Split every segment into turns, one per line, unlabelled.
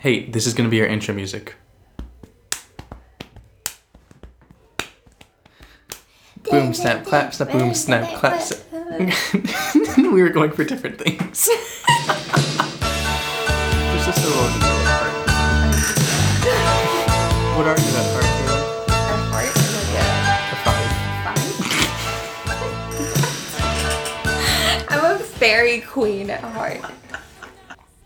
Hey, this is gonna be your intro music. Boom, snap, clap, snap, boom, snap, clap. snap. we were going for different things. There's just a little control part. What are you at heart, Caleb? A five.
I'm a fairy queen at heart.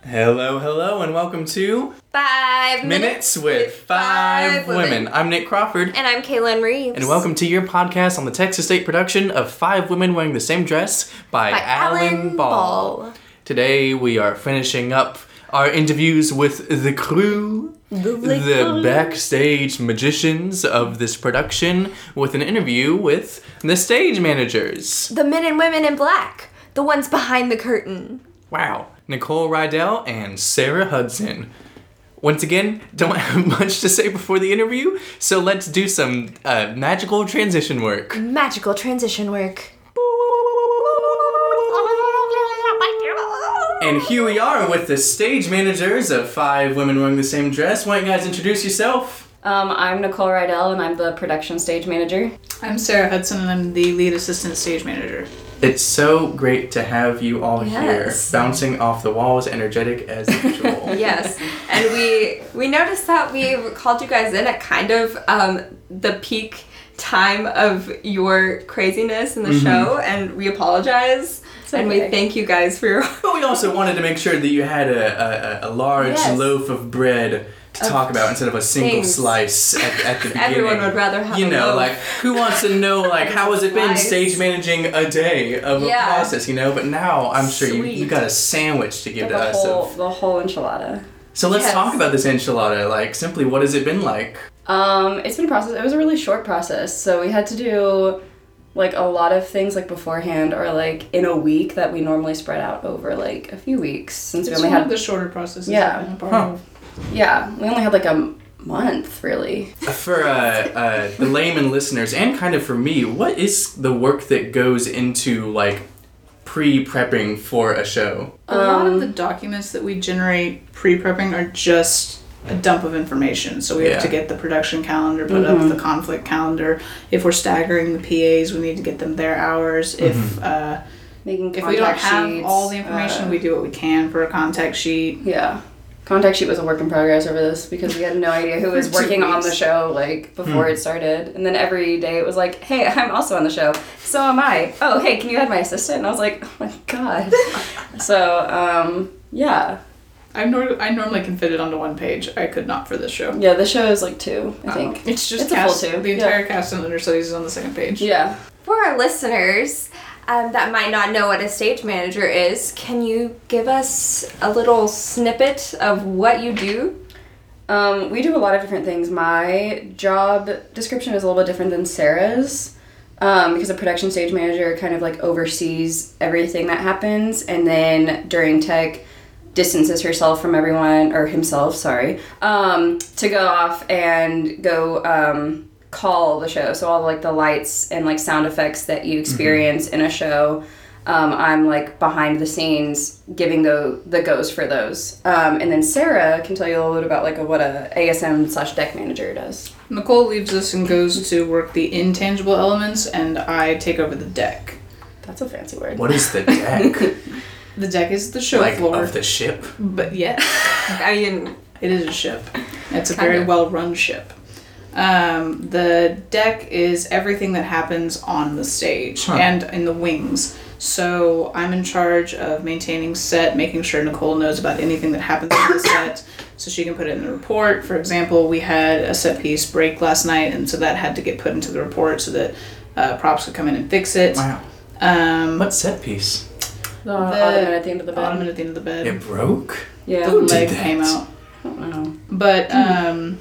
Hello, hello, and welcome to
Five
Minutes with Five Women. I'm Nick Crawford.
And I'm Kaylin Reeves.
And welcome to your podcast on the Texas State production of Five Women Wearing the Same Dress by,
By
Alan,
Alan
Ball.
Ball.
Today we are finishing up our interviews with the crew,
The
the
crew.
backstage magicians of this production, with an interview with the stage managers.
The men and women in black. The ones behind the curtain.
Wow. Nicole Rydell and Sarah Hudson. Once again, don't have much to say before the interview, so let's do some uh, magical transition work.
Magical transition work.
And here we are with the stage managers of five women wearing the same dress. Why don't you guys introduce yourself?
Um, I'm Nicole Rydell, and I'm the production stage manager.
I'm Sarah Hudson, and I'm the lead assistant stage manager.
It's so great to have you all
Yes.
here, bouncing off the walls, energetic as usual.
Yes, and we we noticed that we called you guys in at kind of um, the peak time of your craziness in the
Mm-hmm.
show, and we apologize. And we
okay.
thank you guys for your
But we also wanted to make sure that you had a, a- a, a large
Yes.
loaf of bread to talk about instead of a single
things.
slice at, at the beginning.
Everyone would rather have
You
a
know,
loaf.
like who wants to know like how has it been
Slice.
stage managing a day of
Yeah.
a process, you know? But now I'm sure you, you
Sweet.
got a sandwich to give to
The
us
whole,
of
the whole enchilada.
So let's
Yes.
talk about this enchilada. Like, simply, what has it been like?
Um, it's been a process. It was a really short process, so we had to do like a lot of things like beforehand or like in a week that we normally spread out over like a few weeks since
It's
we only
one of
had
the shorter processes.
Yeah.
I've been a part of.
yeah we only had like a m- month really.
For uh, uh, the layman listeners, and kind of for me, what is the work that goes into like pre-prepping for a show?
A lot of the
Um,
documents that we generate pre-prepping are just a dump of information. So we
Yeah.
have to get the production calendar, put up
Mm-hmm.
the conflict calendar. If we're staggering the PAs, we need to get them their hours. If uh,
Making
if we
Mm-hmm.
don't
contact
have
sheets,
all the information,
uh,
we do what we can for a contact sheet.
Yeah. Contact sheet was a work in progress over this because we had no idea who was
For two
working on the
weeks.
show like before it started. And then every day it was like, hey, I'm also on the show. So am I. Oh, hey, can you add my assistant? And I was like, oh my God. so, um, yeah.
I nor- I normally can fit it onto one page. I could not for this show.
Yeah, the show is like two, I think.
It's just
It's a full
cast,
two,
the
yeah.
entire cast and understudies is on the second page.
Yeah.
For our listeners um, that might not know what a stage manager is, can you give us a little snippet of what you do?
Um, we do a lot of different things. My job description is a little bit different than Sarah's um, because a production stage manager kind of like oversees everything that happens and then during tech distances herself from everyone or himself, sorry, um, to go off and go um, call the show. So all like the lights and like sound effects that you experience in a show. Um, I'm like behind the scenes giving the the goes for those, um, and then Sarah can tell you a little bit about like a, what a ASM slash deck manager does.
Nicole leaves us and goes to work the intangible elements, and I take over the deck.
That's a fancy word.
What is the deck
The deck is the show
like
floor,
of the ship?
but yeah,
I mean,
it is a ship. It's a very well run ship. Um, the deck is everything that happens on the stage
Huh.
and in the wings. So I'm in charge of maintaining set, making sure Nicole knows about anything that happens on the set, so she can put it in the report. For example, we had a set piece break last night, and so that had to get put into the report so that uh, props could come in and fix it.
Wow.
Um,
What set piece?
the ottoman at the end of the
the
bed.
ottoman at the end of the bed.
It broke.
Yeah.
The
Who did
leg
that?
came out.
I don't know.
But um,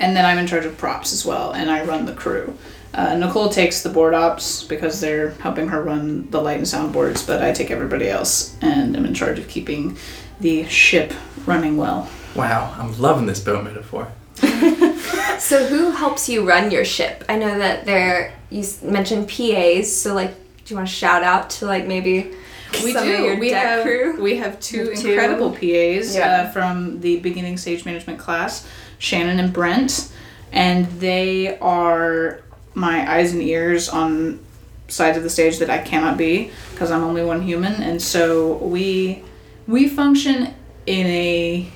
and then I'm in charge of props as well, and I run the crew. Uh, Nicole takes the board ops because they're helping her run the light and sound boards, but I take everybody else, and I'm in charge of keeping the ship running well.
Wow, I'm loving this boat metaphor.
so who helps you run your ship? I know that there you s- mentioned PAs, so like, do you want to shout out to like maybe
We
some of
do.
your
we
deck
have
crew?
we have two
Two.
incredible PAs
Yeah.
uh, from the beginning stage management class, Shannon and Brent, and they are my eyes and ears on sides of the stage that I cannot be because I'm only one human, and so we we function in a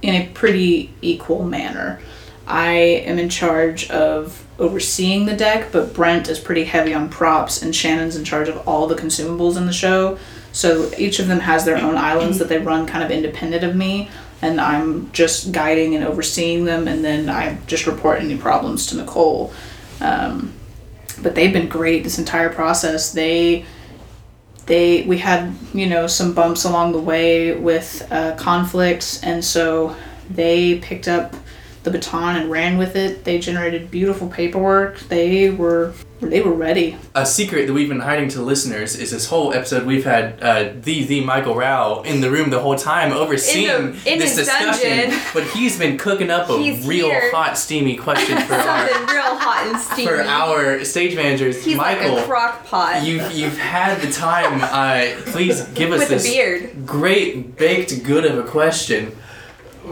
in a pretty equal manner. I am in charge of overseeing the deck, but Brent is pretty heavy on props, and Shannon's in charge of all the consumables in the show. So each of them has their own islands that they run kind of independent of me, and I'm just guiding and overseeing them, and then I just report any problems to Nicole. Um, but they've been great this entire process. They they we had you know some bumps along the way with uh, conflicts and so they picked up the baton and ran with it they generated beautiful paperwork they were they were ready
a secret that we've been hiding to listeners is this whole episode we've had uh, the the Michael Rao in the room the whole time overseeing
In a- in
this
a
discussion,
dungeon.
but he's been cooking up a
He's
real
here.
hot steamy question for our
Something real hot and steamy.
for our stage managers.
He's
Michael,
like a crock pot
you've you've had the time. Uh, please give us
with a
this
beard.
great baked good of a question.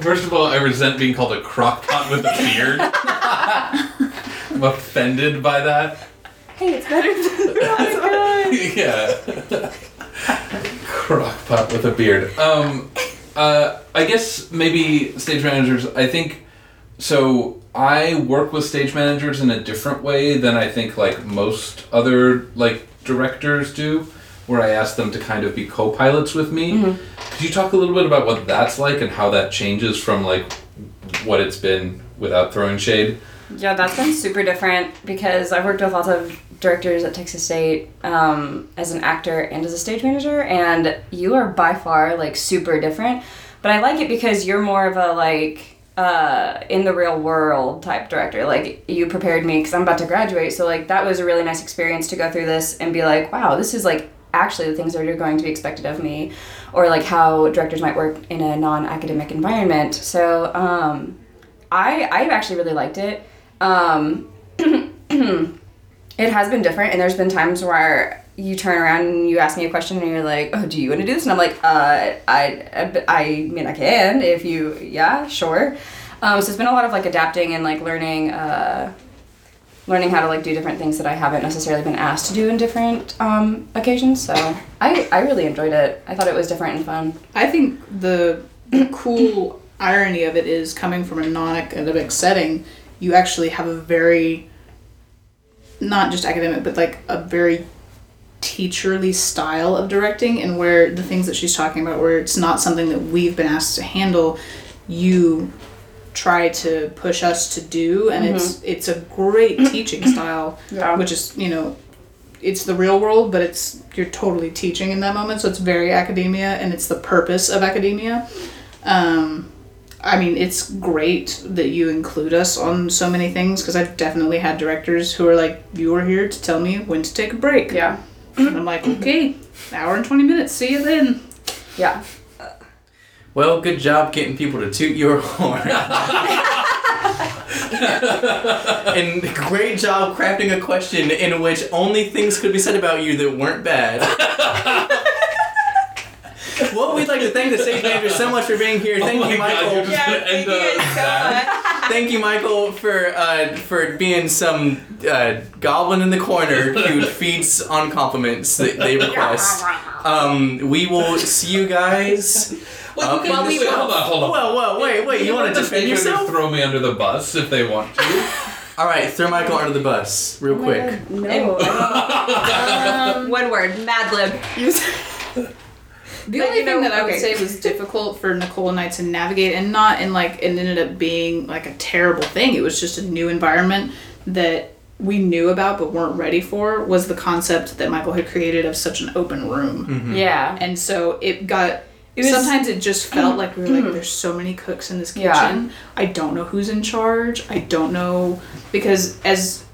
First of all, I resent being called a crockpot with a beard. I'm offended by that.
Hey, it's better than
yeah. Crockpot with a beard. Um, uh, I guess maybe stage managers. I think so. I work with stage managers in a different way than I think like most other like directors do, where I ask them to kind of be co-pilots with me. Could you talk a little bit about what that's like and how that changes from like what it's been without throwing shade?
Yeah, that's been super different because I've worked with lots of directors at Texas State um, as an actor and as a stage manager, and you are by far like super different. But I like it because you're more of a like uh, in the real world type director. Like you prepared me because I'm about to graduate, so like that was a really nice experience to go through this and be like, wow, this is like actually the things that are going to be expected of me, or like how directors might work in a non-academic environment. So. Um, I I actually really liked it. Um, it has been different, and there's been times where you turn around and you ask me a question, and you're like, "Oh, do you want to do this?" And I'm like, "Uh, I I, I mean, I can if you, yeah, sure." Um, so it's been a lot of like adapting and like learning. Uh, learning how to like do different things that I haven't necessarily been asked to do in different um, occasions. So I, I really enjoyed it. I thought it was different and fun.
i think the, the cool irony of it is coming from a non-academic setting you actually have a very not just academic but like a very teacherly style of directing and where the things that she's talking about where it's not something that we've been asked to handle you try to push us to do and it's it's a great teaching style
Yeah.
which is you know it's the real world but it's you're totally teaching in that moment so it's very academia and it's the purpose of academia um, I mean, it's great that you include us on so many things because I've definitely had directors who are like, "You are here to tell me when to take a break."
Yeah.
and I'm like, "Okay, hour and twenty minutes. See you then."
Yeah.
Well, good job getting people to toot your horn. and great job crafting a question in which only things could be said about you that weren't bad. well, we'd like to thank the stage manager so much for being here. Thank
Oh
you,
my God,
Michael.
you're just-
Yeah,
And,
thank
uh,
you guys so much.
Thank you, Michael, for uh, for being some uh, goblin in the corner who feeds on compliments that they request. Um, we will see you guys.
Wait,
Um,
okay,
well,
Uh, wait,
we-
hold on, hold on.
Whoa, whoa, wait, wait! You want to
Let the
defend
stage manager
yourself?
Throw me under the bus if they want to.
All right, throw Michael under the bus real quick.
No.
One word, Mad Lib.
The
But
only
you know-
thing that I would
okay.
say was difficult for Nicole and I to navigate, and not in like it ended up being like a terrible thing. It was just a new environment that we knew about but weren't ready for. Was the concept that Michael had created of such an open room.
yeah.
and so it got
was- Mm-hmm.
sometimes it just felt like we were like there's so many cooks in this kitchen
Yeah.
i don't know who's in charge i don't know because as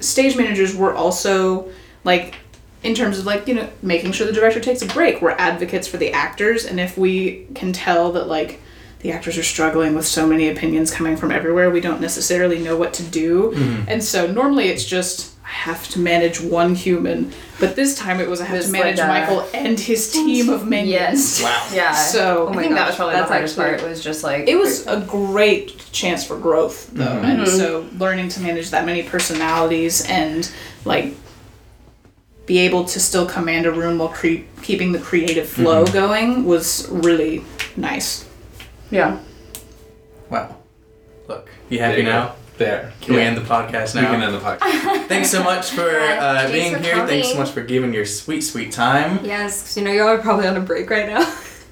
stage managers we're also like in terms of like you know making sure the director takes a break we're advocates for the actors and if we can tell that like the actors are struggling with so many opinions coming from everywhere we don't necessarily know what to do and so normally it's just i I have to manage one human, but this time it was I have
It's
to manage
like a-
Michael and his team of minions.
Yes. Yeah. Oh
So
I think that was probably
that's
the hardest
actually-
part. Was just like
it was a great chance for growth though and so learning to manage that many personalities and like be able to still command a room while cre- keeping the creative flow going was really nice
Yeah.
Wow. Look, you happy
There you go.
now?
There.
Can we
Yeah.
end the podcast
We can
now?
end the podcast.
Thanks so much for uh,
Thanks
being
for
here. Thanks so
coming.
much for giving your sweet, sweet time.
Yes, 'cause, you know, y'all are probably on a break right now.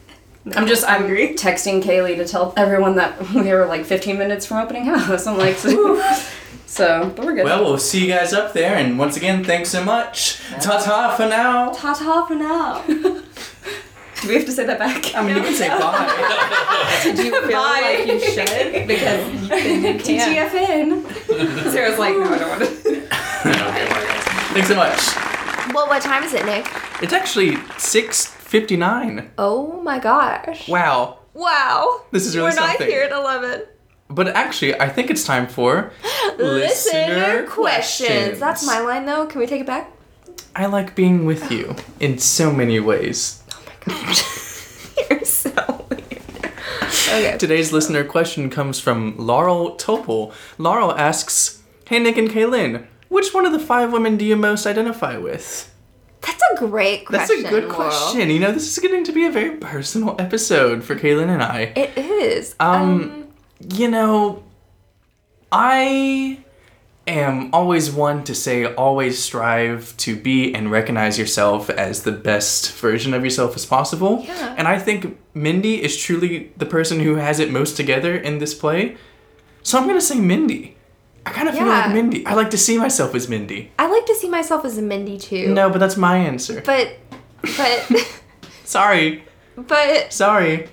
I'm just I'm texting Kaylee to tell everyone that we were like 15 minutes from opening house. I'm like, whew. so but we're good.
Well, we'll see you guys up there. And once again, thanks so much. Ta ta for now.
Ta ta for now.
Do we have to say that back?
I mean, you can say bye.
Do you feel like you should? Because you can. TTFN. Sarah's like, no, I don't want to.
thanks so much.
Well, what time is it, Nick?
It's actually 6.59.
Oh my gosh.
Wow.
Wow.
This is really
We're not
something.
here at 11.
But actually, I think it's time for
Listener questions. That's my line, though. Can we take it back?
I like being with you in so many ways.
You're so weird. Okay.
Today's listener question comes from Laurel Topol. Laurel asks, "Hey Nick and Kaylin, which one of the five women do you most identify with?"
That's a great question.
That's a good
Laurel.
question. You know, this is getting to be a very personal episode for Kaylin and I.
It is.
Um, you know, I am always one to say always strive to be and recognize yourself as the best version of yourself as possible.
Yeah.
And I think Mindy is truly the person who has it most together in this play. So I'm going to say Mindy. I kind of feel like
Yeah.
Mindy. I like to see myself as Mindy.
I like to see myself as a Mindy too.
No, but that's my answer.
But, but,
Sorry.
but.
Sorry.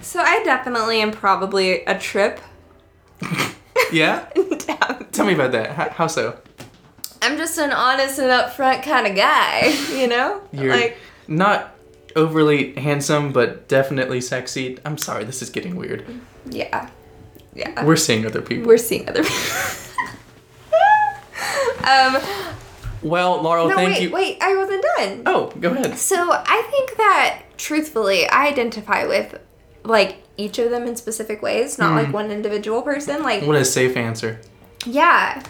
so I definitely am probably a trip.
Yeah?
down.
Tell me about that. How, how so?
I'm just an honest and upfront kind of guy, you know?
You're
Like,
not overly handsome, but definitely sexy. I'm sorry, this is getting weird.
yeah. Yeah.
We're seeing other people.
We're seeing other people. um,
Well, Laurel,
no,
thank
wait,
you.
wait, I wasn't done.
Oh, go ahead.
So I think that truthfully, I identify with like each of them in specific ways, not like one individual person. Like,
Hmm. What a safe answer.
yeah.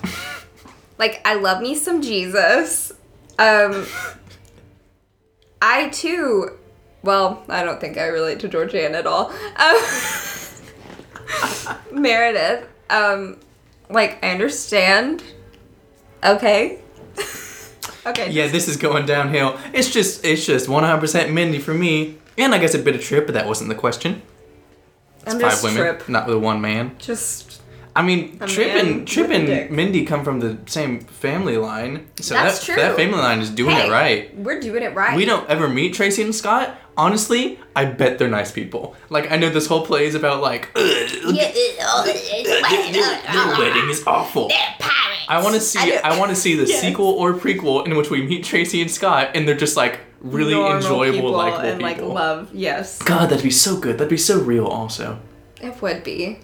like, I love me some Jesus. Um, I too, well, I don't think I relate to Georgianne at all. Um, Meredith, um, like, I understand. Okay. okay.
Yeah, this is going downhill. It's just, it's just 100% Mindy for me. And I guess a bit of trip, but that wasn't the question.
I'm
Five
just
women,
trip.
not the one man.
Just
I mean,
A
Trip
man
and Trip
with a
and
dick.
Mindy come from the same family line, so
That's
that
true.
that family line is doing
Hey.
it right.
we're doing it right.
We don't ever meet Tracy and Scott. Honestly, I bet they're nice people. Like I know this whole play is about like "Ugh, look
Yeah,
at-
it- oh, it's
their,
uh,
their- their wedding is awful.
They're pirates.
I want to see I, want to see the sequel or prequel in which we meet Tracy and Scott and they're just like really
Normal
enjoyable
people
likable
and like
people.
love. Yes,
God, that'd be so good. That'd be so real also.
it would be.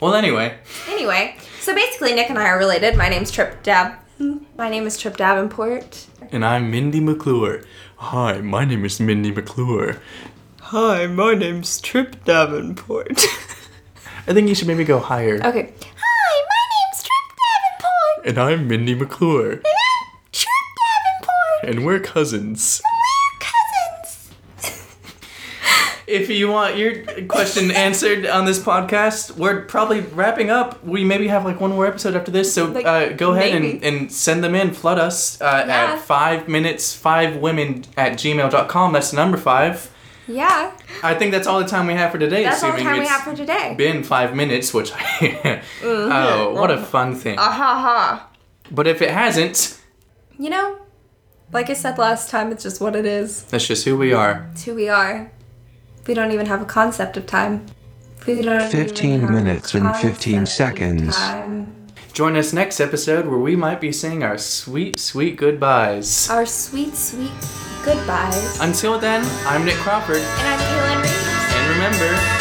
Well, anyway,
Anyway, so basically, Nick and I are related. My name's Trip Dab. My name is Trip Davenport.
and I'm Mindy McClure. Hi, my name is Mindy McClure. Hi, my name's Trip Davenport. I think you should maybe go higher.
Okay. Hi, my name's Trip Davenport.
And I'm Mindy McClure.
Trip Davenport.
and we're cousins.
We're cousins.
If you want your question answered on this podcast, we're probably wrapping up. We maybe have like one more episode after this, so
Like,
uh, go ahead and,
maybe.
and send them in. Flood us uh,
Yeah.
at five minutes five women at gmail.com. That's the number five.
Yeah,
I think that's all the time we have for today.
that's all the
assuming
time we
it's
have for today.
been five minutes, which I. oh, what a fun thing.
Ah ha ha.
But if it hasn't,
You know, like I said last time, it's just what it is.
that's just who we are.
It's who we are. We don't even have a concept of time. We don't even
15
have a
minutes and 15
concept of
seconds.
time.
Join us next episode where we might be saying our sweet, sweet goodbyes.
Our sweet, sweet goodbyes.
Until then, I'm Nick Crawford,
and I'm Kaylin Reeves.
and remember.